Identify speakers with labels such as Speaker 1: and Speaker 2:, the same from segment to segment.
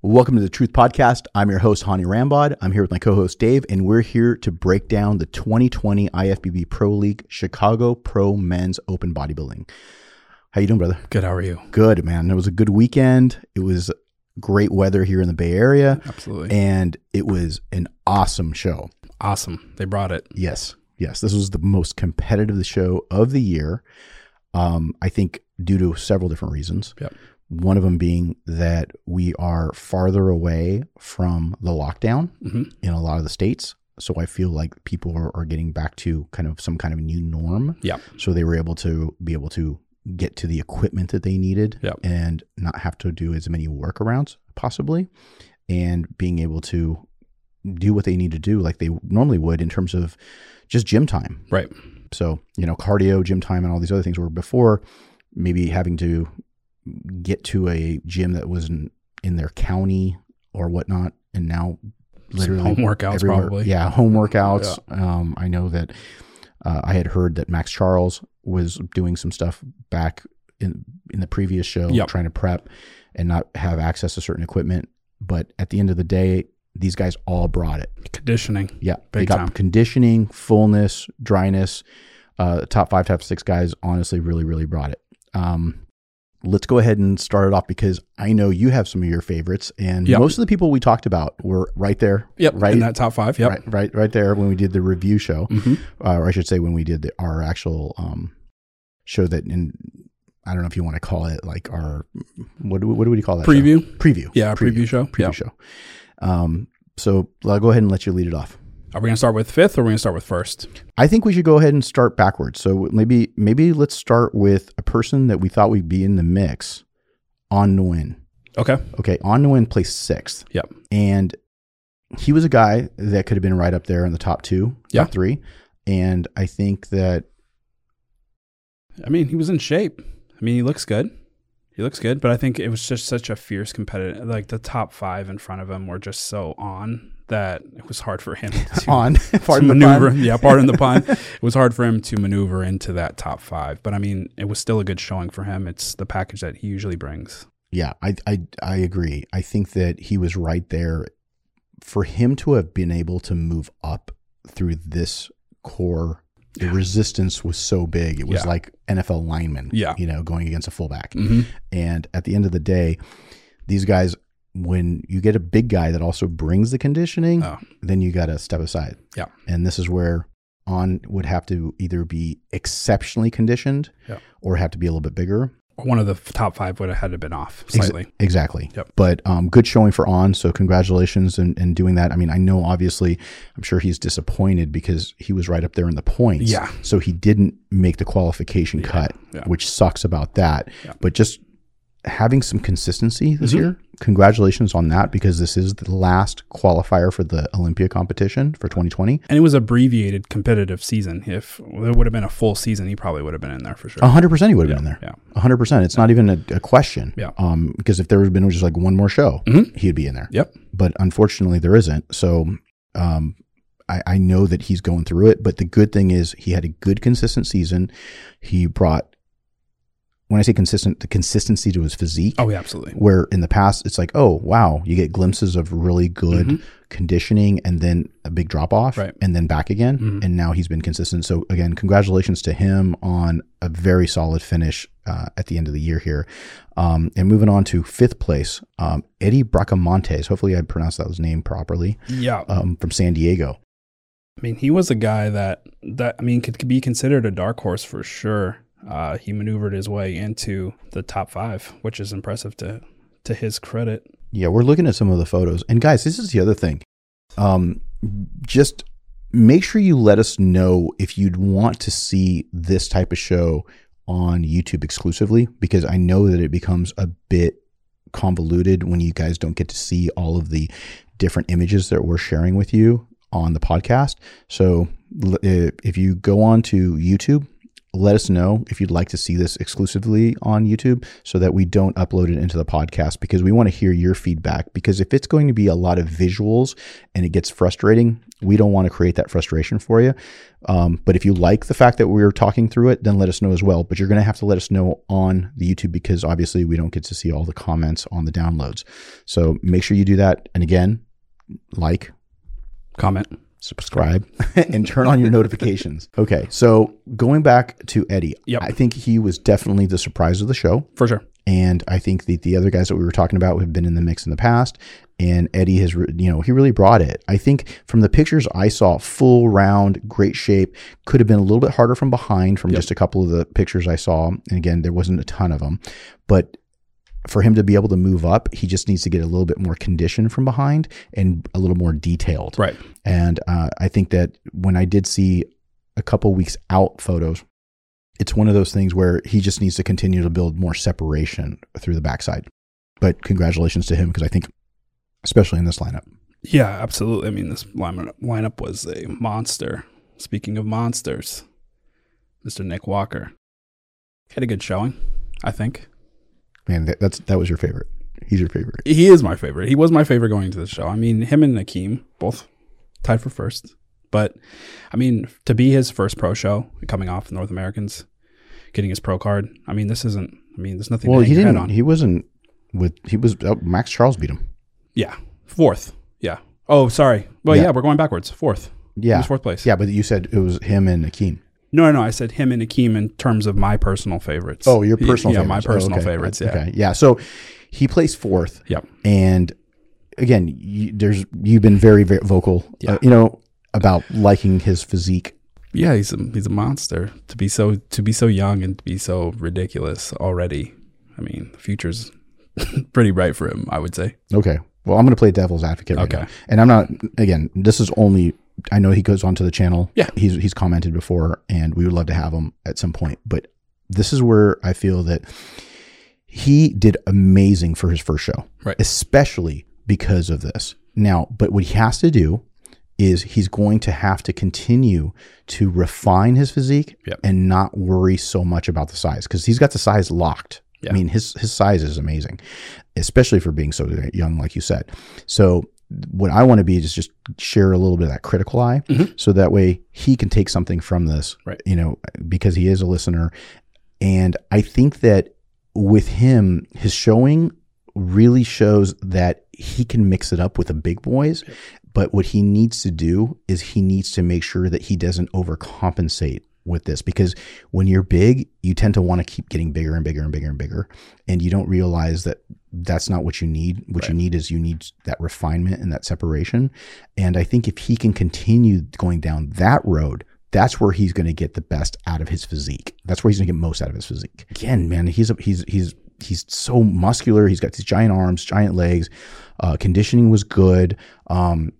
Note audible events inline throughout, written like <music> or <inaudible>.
Speaker 1: Welcome to the Truth Podcast. I'm your host, Hani Rambod. I'm here with my co host, Dave, and we're here to break down the 2020 IFBB Pro League Chicago Pro Men's Open Bodybuilding. How you doing, brother?
Speaker 2: Good. How are you?
Speaker 1: Good, man. It was a good weekend. It was great weather here in the Bay Area,
Speaker 2: Absolutely.
Speaker 1: and it was an awesome show.
Speaker 2: awesome. They brought it.
Speaker 1: Yes, yes. This was the most competitive show of the year. Um, I think due to several different reasons.
Speaker 2: Yep.
Speaker 1: One of them being that we are farther away from the lockdown
Speaker 2: Mhm.
Speaker 1: in a lot of the states. So I feel like people are, are getting back to kind of some kind of new norm.
Speaker 2: Yeah.
Speaker 1: So they were able to be able to get to the equipment that they needed
Speaker 2: Yep.
Speaker 1: and not have to do as many workarounds possibly and being able to do what they need to do like they normally would in terms of just gym time.
Speaker 2: Right.
Speaker 1: So, you know, cardio, gym time and all these other things were before maybe having to get to a gym that was in, in their county or whatnot and now
Speaker 2: Some
Speaker 1: literally
Speaker 2: home workouts
Speaker 1: everywhere.
Speaker 2: probably.
Speaker 1: Yeah, uh, home workouts. Um, I know that uh, I had heard that Max Charles was doing some stuff back in in the previous show,
Speaker 2: Yep.
Speaker 1: trying to prep and not have access to certain equipment. But at the end of the day, these guys all brought it.
Speaker 2: Conditioning.
Speaker 1: Yeah, they
Speaker 2: Big
Speaker 1: got
Speaker 2: time.
Speaker 1: conditioning, fullness, dryness. Uh, top five, top six guys honestly really, really brought it. Um, let's go ahead and start it off because I know you have some of your favorites, and
Speaker 2: Yep.
Speaker 1: most of the people we talked about were right there.
Speaker 2: Yep.
Speaker 1: right
Speaker 2: In that top five. Yep.
Speaker 1: right, right, right there when we did the review show,
Speaker 2: hmm
Speaker 1: uh, or I should say when we did the, our actual um, show that in. I don't know if you want to call it like our what do we, what do we call that show?
Speaker 2: Preview.
Speaker 1: preview
Speaker 2: Yeah. Preview,
Speaker 1: preview,
Speaker 2: show.
Speaker 1: preview show. Um, so I'll go ahead and let you lead it off.
Speaker 2: Yeah. Are we gonna start with fifth or are we gonna start with first?
Speaker 1: I think we should go ahead and start backwards. So maybe maybe let's start with a person that we thought would be in the mix, On Nguyen.
Speaker 2: Okay.
Speaker 1: Okay, On Nguyen placed sixth.
Speaker 2: Yep.
Speaker 1: And he was a guy that could have been right up there in the top two,
Speaker 2: Yeah.
Speaker 1: top three. And I think
Speaker 2: <laughs>
Speaker 1: that
Speaker 2: I mean, he was in shape. I mean, he looks good. He looks good, but I think it was just such a fierce competitive. Like the top five in front of him were just so on that it was hard
Speaker 1: <laughs>
Speaker 2: for him to <laughs>
Speaker 1: on
Speaker 2: to
Speaker 1: pardon the
Speaker 2: maneuver.
Speaker 1: pun.
Speaker 2: Yeah, pardon the pun. It was hard for him to maneuver into that top five, but I mean, it was still a good showing for him. It's the package that he usually brings.
Speaker 1: Yeah, I, I I agree. I think that he was right there. For him to have been able to move up through this core, the resistance was so big. It was
Speaker 2: Yeah.
Speaker 1: like NFL linemen,
Speaker 2: Yeah.
Speaker 1: you know, going against a fullback.
Speaker 2: Mm-hmm.
Speaker 1: And at the end of the day, these guys, when you get a big guy that also brings the conditioning,
Speaker 2: Oh.
Speaker 1: then you got to step aside.
Speaker 2: Yeah.
Speaker 1: And this is where on would have to either be exceptionally conditioned
Speaker 2: Yeah.
Speaker 1: or have to be a little bit bigger.
Speaker 2: One of the f- top five would have had to been off
Speaker 1: Exa-
Speaker 2: slightly.
Speaker 1: exactly.
Speaker 2: Yep.
Speaker 1: But um, good showing for On. So congratulations in, in doing that. I mean, I know obviously, I'm sure he's disappointed because he was right up there in the points.
Speaker 2: Yeah.
Speaker 1: So he didn't make the qualification cut,
Speaker 2: yeah.
Speaker 1: which sucks about that.
Speaker 2: Yeah. Mm-hmm.
Speaker 1: But just having some consistency this year, congratulations on that because this is the last qualifier for the Olympia competition for 2020.
Speaker 2: And it was abbreviated competitive season. If there would have been a full season, he probably would have been in there for sure.
Speaker 1: 100% Oh, he would have been there.
Speaker 2: Yeah.
Speaker 1: 100%. It's not even a, a question.
Speaker 2: Yeah. Mm-hmm.
Speaker 1: Um, because if there had been just like one more show, he'd be in there.
Speaker 2: Yep.
Speaker 1: but unfortunately there isn't. So um, I, I know that he's going through it. But the good thing is he had a good consistent season. He brought when I say consistent, the consistency to his physique.
Speaker 2: Oh, yeah, absolutely.
Speaker 1: Where in the past it's like, oh wow, you get glimpses of really good conditioning and then a big drop off
Speaker 2: Mm-hmm. Right.
Speaker 1: and then back again.
Speaker 2: Mhm.
Speaker 1: And now he's been consistent. So again, congratulations to him on a very solid finish uh, at the end of the year here. Um, and moving on to fifth place, um, Eddie Bracamontes. Hopefully, I pronounced that his name properly.
Speaker 2: Mm-hmm. Yeah.
Speaker 1: Um, from San Diego.
Speaker 2: I mean, he was a guy that that I mean could, could be considered a dark horse for sure. Uh, he maneuvered his way into the top five, which is impressive to to his credit.
Speaker 1: Yeah, we're looking at some of the photos. And guys, this is the other thing. Um, just make sure you let us know if you'd want to see this type of show on YouTube exclusively, because I know that it becomes a bit convoluted when you guys don't get to see all of the different images that we're sharing with you on the podcast. So l- if if you go on to YouTube, let us know if you'd like to see this exclusively on YouTube so that we don't upload it into the podcast because we want to hear your feedback. Because if it's going to be a lot of visuals and it gets frustrating, we don't want to create that frustration for you. Um, but if you like the fact that we are talking through it, then let us know as well. But you're going to have to let us know on the YouTube because obviously we don't get to see all the comments on the downloads. So make sure you do that. And again, like,
Speaker 2: Comment.
Speaker 1: subscribe <laughs> and turn on your notifications. Okay, so going back to Eddie,
Speaker 2: Yep.
Speaker 1: I think he was definitely the surprise of the show.
Speaker 2: For sure.
Speaker 1: And I think that the other guys that we were talking about have been in the mix in the past. And Eddie has, re- you know, he really brought it. I think from the pictures I saw, full round, great shape, could have been a little bit harder from behind from just a couple of the pictures I saw. And again, there wasn't a ton of them. But for him to be able to move up, he just needs to get a little bit more condition from behind and a little more detailed.
Speaker 2: Right.
Speaker 1: And uh, I think that when I did see a couple weeks out photos, it's one of those things where he just needs to continue to build more separation through the backside. But congratulations to him because I think, especially in this lineup,
Speaker 2: Yeah, absolutely. I mean, this lineup, lineup was a monster. Speaking of monsters, Mr. Nick Walker had a good showing, I think.
Speaker 1: man, that, that's that was your favorite. He's your favorite.
Speaker 2: He is my favorite. He was my favorite going to the show. I mean, him and Akeem both tied for first. But I mean, to be his first pro show coming off North Americans, getting his pro card. I mean, this isn't. I mean, there's nothing.
Speaker 1: Well,
Speaker 2: to hang
Speaker 1: he
Speaker 2: your head
Speaker 1: didn't.
Speaker 2: On.
Speaker 1: He wasn't with. He was oh, Max Charles beat him.
Speaker 2: yeah, fourth. Yeah. Oh, sorry. Well,
Speaker 1: Yeah.
Speaker 2: yeah, we're going backwards. Fourth. He
Speaker 1: Yeah,
Speaker 2: was fourth place.
Speaker 1: yeah, but you said it was him and Akeem.
Speaker 2: No, no, no. I said him and Akeem in terms of my personal favorites.
Speaker 1: Oh, your
Speaker 2: Y-
Speaker 1: personal
Speaker 2: yeah,
Speaker 1: favorites.
Speaker 2: my
Speaker 1: Oh,
Speaker 2: personal
Speaker 1: okay.
Speaker 2: favorites. Yeah.
Speaker 1: Okay. Yeah. So he placed fourth.
Speaker 2: Yep.
Speaker 1: And again, you, there's you've been very, very vocal, uh,
Speaker 2: Yeah.
Speaker 1: you know, about liking his physique.
Speaker 2: Yeah, he's a, he's a monster to be so to be so young and to be so ridiculous already. I mean, the future's <laughs> pretty bright for him, I would say.
Speaker 1: Okay. Well, I'm going to play devil's advocate. Right
Speaker 2: Okay.
Speaker 1: Now. And I'm not again. This is only. I know he goes onto the channel.
Speaker 2: Yeah.
Speaker 1: He's he's commented before, and we would love to have him at some point. But this is where I feel that he did amazing for his first show,
Speaker 2: Right.
Speaker 1: Especially because of this. Now, but what he has to do is he's going to have to continue to refine his physique
Speaker 2: Yep.
Speaker 1: and not worry so much about the size because he's got the size locked.
Speaker 2: Yeah.
Speaker 1: I mean, his his size is amazing, especially for being so young, like you said. So what I want to be is just share a little bit of that critical eye,
Speaker 2: Mhm.
Speaker 1: so that way he can take something from this,
Speaker 2: Right.
Speaker 1: You know, because he is a listener, and I think that with him, his showing really shows that he can mix it up with the big boys. But what he needs to do is he needs to make sure that he doesn't overcompensate with this because when you're big, you tend to want to keep getting bigger and bigger and bigger and bigger. And you don't realize that that's not what you need. What you need is you need that refinement and that separation. And I think if he can continue going down that road, that's where he's going to get the best out of his physique. That's where he's going to get most out of his physique. Again, man, he's a, he's he's he's so muscular. He's got these giant arms, giant legs. Uh, conditioning was good. Um,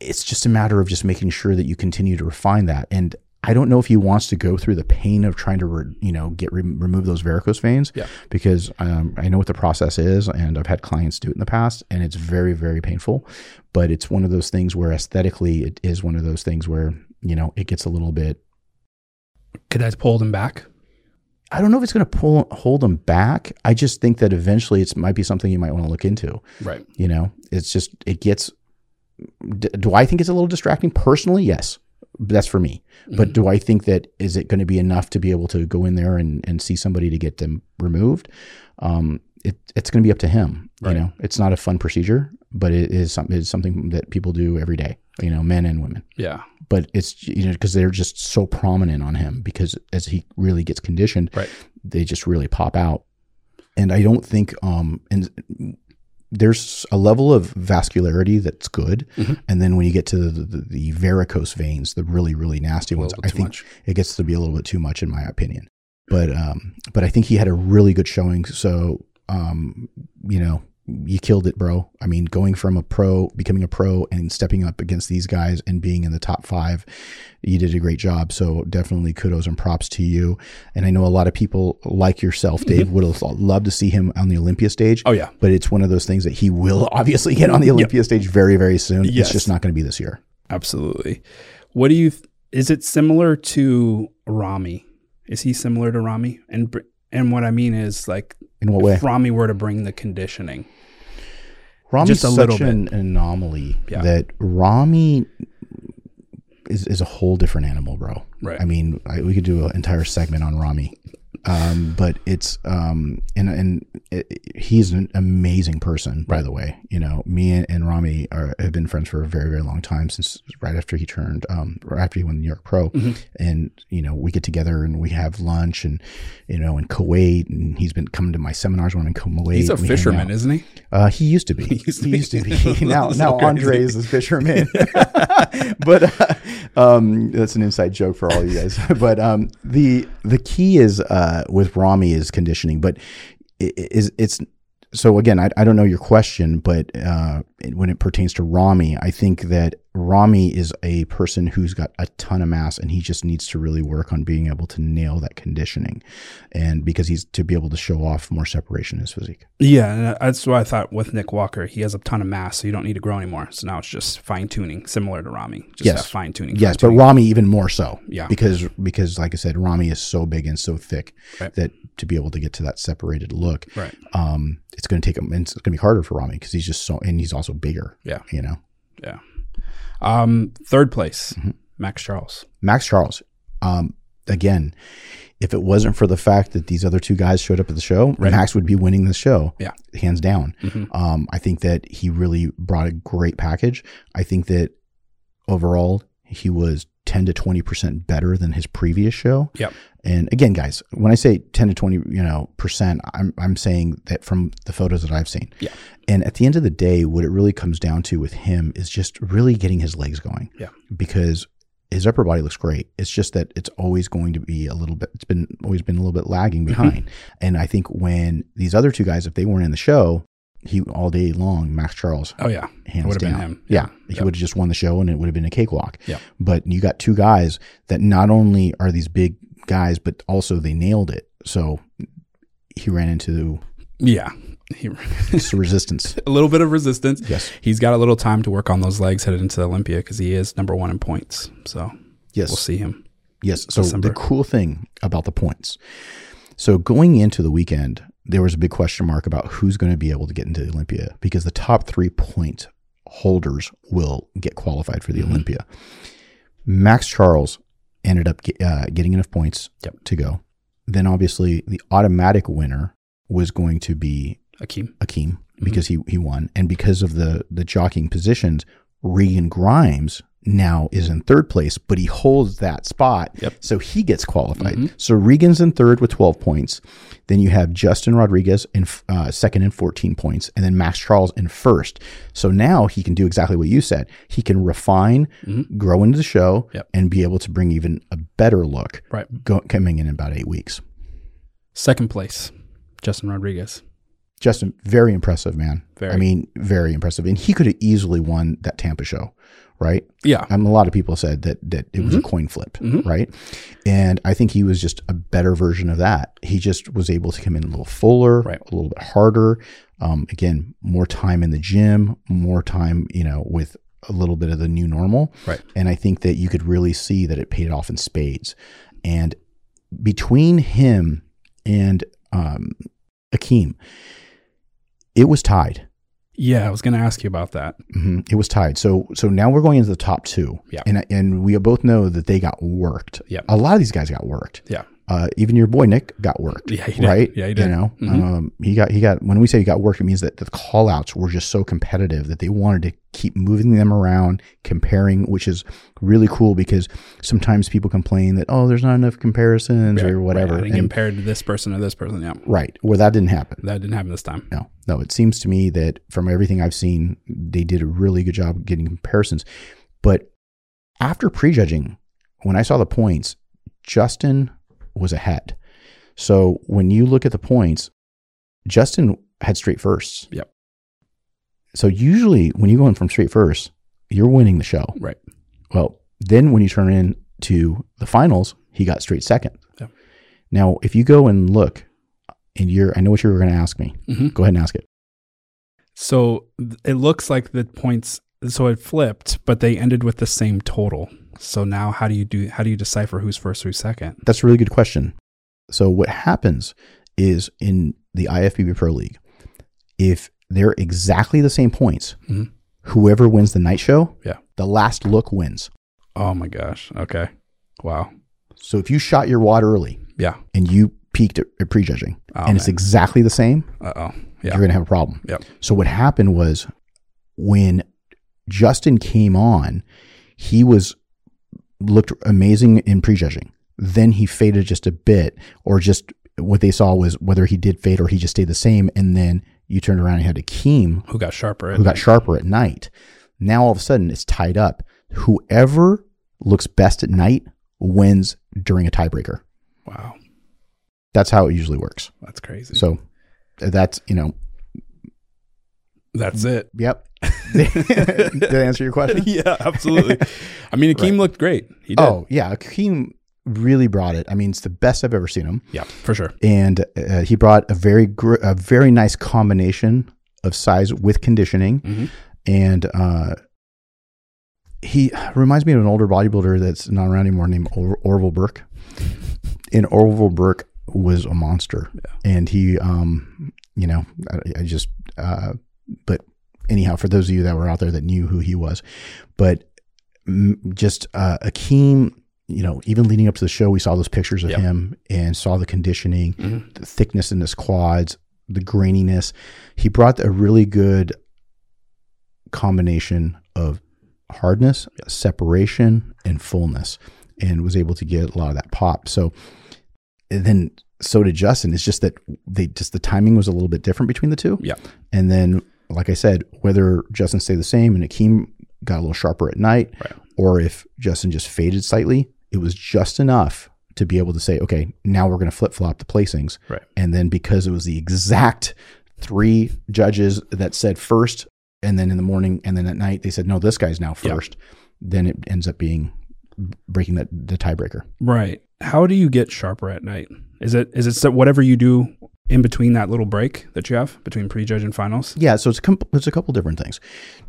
Speaker 1: it's just a matter of just making sure that you continue to refine that. And I don't know if he wants to go through the pain of trying to, re, you know, get re- remove those varicose veins
Speaker 2: Yeah.
Speaker 1: because um, I know what the process is, and I've had clients do it in the past, and it's very, very painful. But it's one of those things where aesthetically, it is one of those things where you know it gets a little bit
Speaker 2: Could that pull him back?
Speaker 1: I don't know if it's going to pull hold them back. I just think that eventually it's might be something you might want to look into.
Speaker 2: Right.
Speaker 1: You know, it's just it gets. D- do I think it's a little distracting personally? Yes, that's for me. But do I think that is it going to be enough to be able to go in there and and see somebody to get them removed? Um, it, it's going to be up to him.
Speaker 2: Right.
Speaker 1: You know, it's not a fun procedure, but it is something. It's something that people do every day. You know, men and women
Speaker 2: Yeah.
Speaker 1: but it's you know because they're just so prominent on him because as he really gets conditioned
Speaker 2: Right.
Speaker 1: they just really pop out and i don't think um and there's a level of vascularity that's good
Speaker 2: Mhm.
Speaker 1: and then when you get to the, the, the varicose veins the really really nasty ones
Speaker 2: little
Speaker 1: i
Speaker 2: bit too
Speaker 1: think
Speaker 2: much.
Speaker 1: it gets to be a little bit too much in my opinion but um but i think he had a really good showing so um you know you killed it bro i mean going from a pro becoming a pro and stepping up against these guys and being in the top five you did a great job so definitely kudos and props to you and i know a lot of people like yourself dave would have loved to see him on the olympia stage
Speaker 2: Oh yeah.
Speaker 1: but it's one of those things that he will <laughs> obviously get on the olympia stage very very soon
Speaker 2: Yes.
Speaker 1: it's just not going to be this year
Speaker 2: Absolutely. What do you? Th- is it similar to Rami Is he similar to Rami? And br- and what I mean is like
Speaker 1: In what way?
Speaker 2: if Rami were to bring the conditioning.
Speaker 1: Rami's
Speaker 2: Just a
Speaker 1: such
Speaker 2: little
Speaker 1: an anomaly
Speaker 2: Yeah.
Speaker 1: that Rami is is a whole different animal, bro.
Speaker 2: Right.
Speaker 1: I mean, I, we could do an entire segment on Rami, um, but it's um, and and it, it- he's an amazing person, by the way. You know, me and, and Rami are, have been friends for a very very long time since right after he turned, um, or after he won the New York Pro,
Speaker 2: Mm-hmm.
Speaker 1: and you know we get together and we have lunch and you know in Kuwait, and he's been coming to my seminars when I'm in Kuwait.
Speaker 2: He's a
Speaker 1: we hang out.
Speaker 2: fisherman, isn't he?
Speaker 1: Uh, he used to be. <laughs> He used to be. now, now Andre is the <laughs> fisherman. but uh, um, that's an inside joke for all you guys. <laughs> but um, the the key is uh, with Rami is conditioning. But i- i- is it's so again. I, I don't know your question, but uh, when it pertains to Rami, I think that Rami is a person who's got a ton of mass, and he just needs to really work on being able to nail that conditioning, and because he's to be able to show off more separation in his physique.
Speaker 2: Yeah, and uh, that's why I thought with Nick Walker, he has a ton of mass, so you don't need to grow anymore. So now it's just fine tuning, similar to Rami, just
Speaker 1: Yes.
Speaker 2: that fine tuning.
Speaker 1: Yes, but Rami even more so.
Speaker 2: Yeah.
Speaker 1: Because because like I said, Rami is so big and so thick
Speaker 2: Right.
Speaker 1: that to be able to get to that separated look,
Speaker 2: right,
Speaker 1: um, it's going to take him. and It's going to be harder for Rami because he's just so and he's also bigger.
Speaker 2: Yeah.
Speaker 1: You know,
Speaker 2: yeah. Um, third place,
Speaker 1: Mhm.
Speaker 2: Max Charles.
Speaker 1: Max Charles. Um, again, if it wasn't for the fact that these other two guys showed up at the show,
Speaker 2: Right.
Speaker 1: Max would be winning the show.
Speaker 2: Yeah.
Speaker 1: Hands down.
Speaker 2: Mhm.
Speaker 1: Um, I think that he really brought a great package. I think that overall he was 10 to 20% better than his previous show.
Speaker 2: Yep.
Speaker 1: And again, guys, when I say 10 to 20, you know, percent, I'm, I'm saying that from the photos that I've seen.
Speaker 2: Yeah.
Speaker 1: And at the end of the day, what it really comes down to with him is just really getting his legs going.
Speaker 2: Yeah.
Speaker 1: Because his upper body looks great. It's just that it's always going to be a little bit, it's been always been a little bit lagging
Speaker 2: Mm-hmm.
Speaker 1: behind. and I think when these other two guys, if they weren't in the show, he all day long, Max Charles,
Speaker 2: Oh yeah,
Speaker 1: hands
Speaker 2: would've been
Speaker 1: down.
Speaker 2: him.
Speaker 1: Yeah, he
Speaker 2: Yep.
Speaker 1: would have just won the show, and it would have been a cakewalk.
Speaker 2: Yeah.
Speaker 1: but you got two guys that not only are these big guys, but also they nailed it. So he ran into
Speaker 2: yeah. <laughs> He,
Speaker 1: this resistance.
Speaker 2: a little bit of resistance.
Speaker 1: <laughs> Yes,
Speaker 2: He's got a little time to work on those legs headed into the Olympia because he is number one in points. So
Speaker 1: yes,
Speaker 2: we'll see him.
Speaker 1: yes. So
Speaker 2: December.
Speaker 1: the cool thing about the points. So going into the weekend, there was a big question mark about who's going to be able to get into the Olympia because the top three point holders will get qualified for the
Speaker 2: Mm-hmm.
Speaker 1: Olympia. Max Charles ended up ge- uh, getting enough points
Speaker 2: Yep.
Speaker 1: to go. Then obviously the automatic winner was going to be
Speaker 2: Akeem.
Speaker 1: Akeem
Speaker 2: Mm-hmm.
Speaker 1: because he he won, and because of the the jockeying positions, Regan Grimes now is in third place, but he holds that spot,
Speaker 2: Yep. Mm-hmm.
Speaker 1: so he gets qualified. So Regan's in third with twelve points. Then you have Justin Rodriguez in uh, second and fourteen points, and then Max Charles in first. So now he can do exactly what you said. He can refine, grow into the show,
Speaker 2: Mm-hmm. Yep.
Speaker 1: and be able to bring even a better look
Speaker 2: Right.
Speaker 1: go, coming in about eight weeks.
Speaker 2: Second place, Justin Rodriguez.
Speaker 1: Justin, very impressive, man.
Speaker 2: Very.
Speaker 1: I mean, very impressive. And he could have easily won that Tampa show, right?
Speaker 2: Yeah. Mm-hmm.
Speaker 1: I mean, a lot of people said that that it was a coin flip, right? And I think he was just a better version of that. He just was able to come in a little fuller,
Speaker 2: Right.
Speaker 1: a little bit harder. Um, again, more time in the gym, more time, you know, with a little bit of the new normal.
Speaker 2: Right.
Speaker 1: And I think that you could really see that it paid off in spades. And between him and um, Akeem, it was tied.
Speaker 2: Yeah, I was going to ask you about that.
Speaker 1: hmm It was tied. So so now we're going into the top two.
Speaker 2: Yeah.
Speaker 1: And and we both know that they got worked.
Speaker 2: Yep.
Speaker 1: A lot of these guys got worked.
Speaker 2: Yeah.
Speaker 1: Uh, even your boy Nick got worked.
Speaker 2: Yeah, he did.
Speaker 1: Right.
Speaker 2: Yeah, he
Speaker 1: You
Speaker 2: did.
Speaker 1: know,
Speaker 2: Mhm.
Speaker 1: um, he got he got. When we say he got worked, it means that the call outs were just so competitive that they wanted to keep moving them around, comparing, which is really cool because sometimes people complain that oh, there's not enough comparisons
Speaker 2: Right,
Speaker 1: or whatever.
Speaker 2: Right. I think
Speaker 1: And-
Speaker 2: compared to this person or this person. Yeah.
Speaker 1: right. Well, that didn't happen.
Speaker 2: That didn't happen this time.
Speaker 1: No, no. It seems to me that from everything I've seen, they did a really good job getting comparisons. But after prejudging, when I saw the points, Justin was ahead. So when you look at the points, Justin had straight firsts.
Speaker 2: Yep.
Speaker 1: So usually when you go in from straight first, you're winning the show.
Speaker 2: Right.
Speaker 1: Well, then when you turn in to the finals, he got straight second.
Speaker 2: Yeah.
Speaker 1: Now, if you go and look, and you're, I know what you were going to ask me.
Speaker 2: Mhm.
Speaker 1: Go ahead and ask it.
Speaker 2: So th- it looks like the points so it flipped, but they ended with the same total. So now how do you do how do you decipher who's first, who's second?
Speaker 1: That's a really good question. So what happens is in the IFBB Pro League, if they're exactly the same points,
Speaker 2: Mhm.
Speaker 1: whoever wins the night show,
Speaker 2: Yeah.
Speaker 1: the last look wins.
Speaker 2: Oh my gosh. Okay. Wow.
Speaker 1: So if you shot your wad early
Speaker 2: Yeah.
Speaker 1: and you peaked at, at prejudging
Speaker 2: Oh,
Speaker 1: and it's exactly the same,
Speaker 2: Uh oh. Yeah.
Speaker 1: you're going to have a problem.
Speaker 2: Yep.
Speaker 1: So what happened was when Justin came on, he was looked amazing in prejudging. Then he faded just a bit, or just what they saw was whether he did fade or he just stayed the same. And then you turned around and had Akeem
Speaker 2: Who got sharper?
Speaker 1: who got sharper at night. Now all of a sudden it's tied up. Whoever looks best at night wins during a tiebreaker.
Speaker 2: wow.
Speaker 1: That's how it usually works.
Speaker 2: That's crazy.
Speaker 1: So that's you know
Speaker 2: that's it.
Speaker 1: Yep. <laughs> Did
Speaker 2: <laughs>
Speaker 1: I answer your question?
Speaker 2: yeah, absolutely. I mean, Akeem looked great. He did.
Speaker 1: Oh, yeah. Akeem really brought it. I mean, it's the best I've ever seen him.
Speaker 2: Yeah, for sure.
Speaker 1: And uh, he brought a very gr- a very nice combination of size with conditioning.
Speaker 2: Mhm.
Speaker 1: And uh, he reminds me of an older bodybuilder that's not around anymore named or- Orville Burke. And Orville Burke was a monster. And he, um, you know, I, I just, uh, but anyhow, for those of you that were out there that knew who he was, but m- just uh, Akeem, you know, even leading up to the show, we saw those pictures of
Speaker 2: Yep.
Speaker 1: him and saw the conditioning,
Speaker 2: Mhm.
Speaker 1: the thickness in his quads, the graininess. He brought a really good combination of hardness, separation, and fullness, and was able to get a lot of that pop. So, and then so did Justin. It's just that they just the timing was a little bit different between the two.
Speaker 2: Yeah.
Speaker 1: And then, like I said, whether Justin stayed the same and Akeem got a little sharper at night,
Speaker 2: Right.
Speaker 1: or if Justin just faded slightly, it was just enough to be able to say, okay, now we're going to flip flop the placings.
Speaker 2: Right.
Speaker 1: And then because it was the exact three judges that said first, and then in the morning, and then at night, they said, no, this guy's now
Speaker 2: Yeah.
Speaker 1: first, then it ends up being breaking that the tiebreaker.
Speaker 2: Right. How do you get sharper at night? Is it is it so- whatever you do in between that little break that you have between prejudge and finals?
Speaker 1: Yeah, so it's a, comp- it's a couple different things.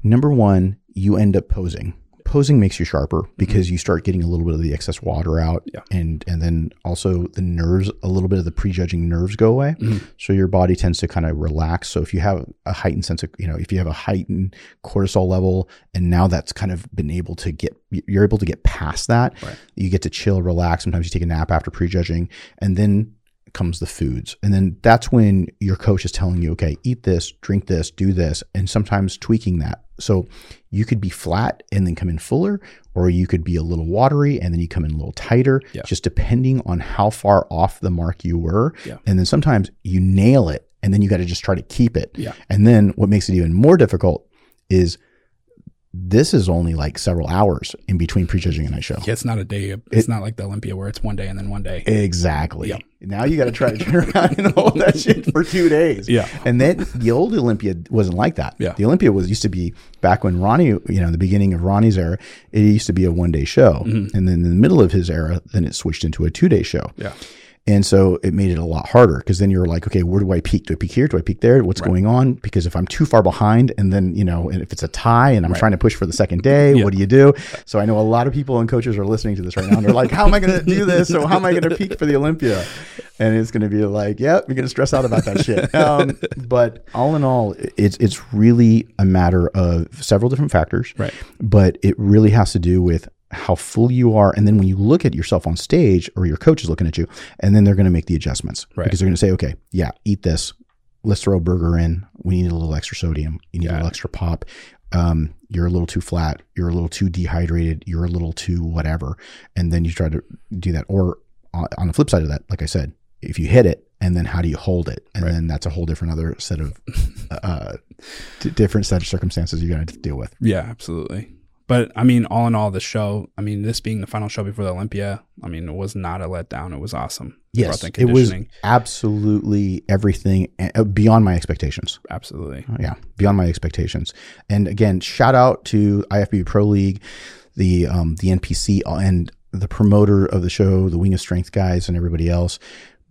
Speaker 1: Number one, you end up posing. Posing makes you sharper because you start getting a little bit of the excess water out,
Speaker 2: Mm-hmm. Yeah.
Speaker 1: and and then also the nerves, a little bit of the prejudging nerves go away.
Speaker 2: Mhm.
Speaker 1: So your body tends to kind of relax. So if you have a heightened sense of, you know, if you have a heightened cortisol level, and now that's kind of been able to get, you're able to get past that.
Speaker 2: Right.
Speaker 1: You get to chill, relax. Sometimes you take a nap after prejudging, and then comes the foods. And then that's when your coach is telling you, okay, eat this, drink this, do this, and sometimes tweaking that. So you could be flat and then come in fuller, or you could be a little watery and then you come in a little tighter,
Speaker 2: Yeah.
Speaker 1: just depending on how far off the mark you were.
Speaker 2: Yeah.
Speaker 1: And then sometimes you nail it and then you got to just try to keep it.
Speaker 2: Yeah.
Speaker 1: And then what makes it even more difficult is this is only like several hours in between prejudging and night show.
Speaker 2: Yeah, it's not a day. It's not like the Olympia where it's one day and then one day.
Speaker 1: Exactly.
Speaker 2: Yeah.
Speaker 1: Now you got to try to turn <laughs> around and hold that shit for two days.
Speaker 2: Yeah.
Speaker 1: And then the old Olympia wasn't like that.
Speaker 2: Yeah.
Speaker 1: The Olympia was used to be back when Ronnie, you know, the beginning of Ronnie's era, it used to be a one day show.
Speaker 2: Mm-hmm.
Speaker 1: And then in the middle of his era, then it switched into a two day show.
Speaker 2: Yeah.
Speaker 1: And so it made it a lot harder because then you're like, okay, where do I peak? Do I peak here? Do I peak there? What's going on? Because if I'm too far behind and then, you know, and if it's a tie and I'm trying to push for the second day, what do you do? So I know a lot of people and coaches are listening to this right now and they're like, how am I going to do this? So how am I going to peak for the Olympia? And it's going to be like, yep, you're going to stress out about that shit. Um, but all in all, it's, it's really a matter of several different factors
Speaker 2: Right.
Speaker 1: but it really has to do with how full you are. And then when you look at yourself on stage or your coach is looking at you, and then they're going to make the adjustments
Speaker 2: Right.
Speaker 1: because they're going to say, okay, yeah, eat this. Let's throw a burger in. We need a little extra sodium. You need a
Speaker 2: Yeah.
Speaker 1: little extra pop. Um, you're a little too flat. You're a little too dehydrated. You're a little too whatever. And then you try to do that. Or on, on the flip side of that, like I said, if you hit it, and then how do you hold it? And
Speaker 2: Right.
Speaker 1: then that's a whole different other set of uh, d- different set of circumstances you're going to deal with.
Speaker 2: Yeah, absolutely. But I mean, all in all, the show. I mean, this being the final show before the Olympia. I mean, it was not a letdown. It was awesome. They
Speaker 1: Yes,
Speaker 2: brought the
Speaker 1: it was-
Speaker 2: conditioning.
Speaker 1: absolutely everything uh, beyond my expectations.
Speaker 2: absolutely.
Speaker 1: Yeah, beyond my expectations. And again, shout out to IFB Pro League, the um, the NPC, and the promoter of the show, the Wing of Strength guys, and everybody else,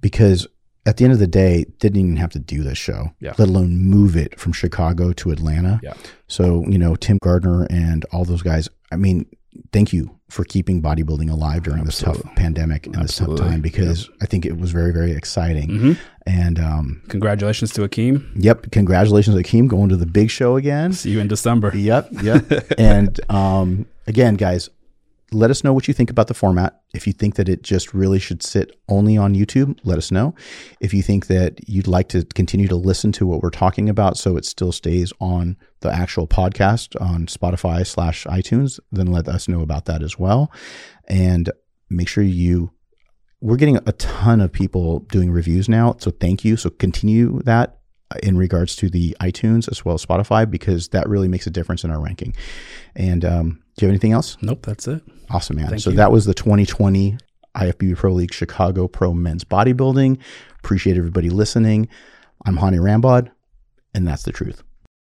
Speaker 1: because at the end of the day, didn't even have to do this show,
Speaker 2: Yeah.
Speaker 1: let alone move it from Chicago to Atlanta.
Speaker 2: Yeah.
Speaker 1: So, you know, Tim Gardner and all those guys, I mean, thank you for keeping bodybuilding alive during this tough
Speaker 2: Absolutely.
Speaker 1: pandemic and this
Speaker 2: Absolutely.
Speaker 1: tough time because I think it was very, very exciting.
Speaker 2: Mhm.
Speaker 1: And um,
Speaker 2: Congratulations to Akeem.
Speaker 1: yep, congratulations, Akeem, going to the big show again.
Speaker 2: See you in December.
Speaker 1: Yep, yep. and um, again, guys, let us know what you think about the format. If you think that it just really should sit only on YouTube, let us know. If you think that you'd like to continue to listen to what we're talking about, so it still stays on the actual podcast on Spotify slash iTunes, then let us know about that as well. And make sure you. We're getting a ton of people doing reviews now, so thank you. So continue that in regards to the iTunes as well as Spotify because that really makes a difference in our ranking. And um, do you have anything else?
Speaker 2: Nope, that's it.
Speaker 1: Awesome, man.
Speaker 2: Thank
Speaker 1: so
Speaker 2: you.
Speaker 1: that was the 2020 IFBB Pro League Chicago Pro Men's Bodybuilding. Appreciate everybody listening. I'm Hani Rambod, and that's the truth.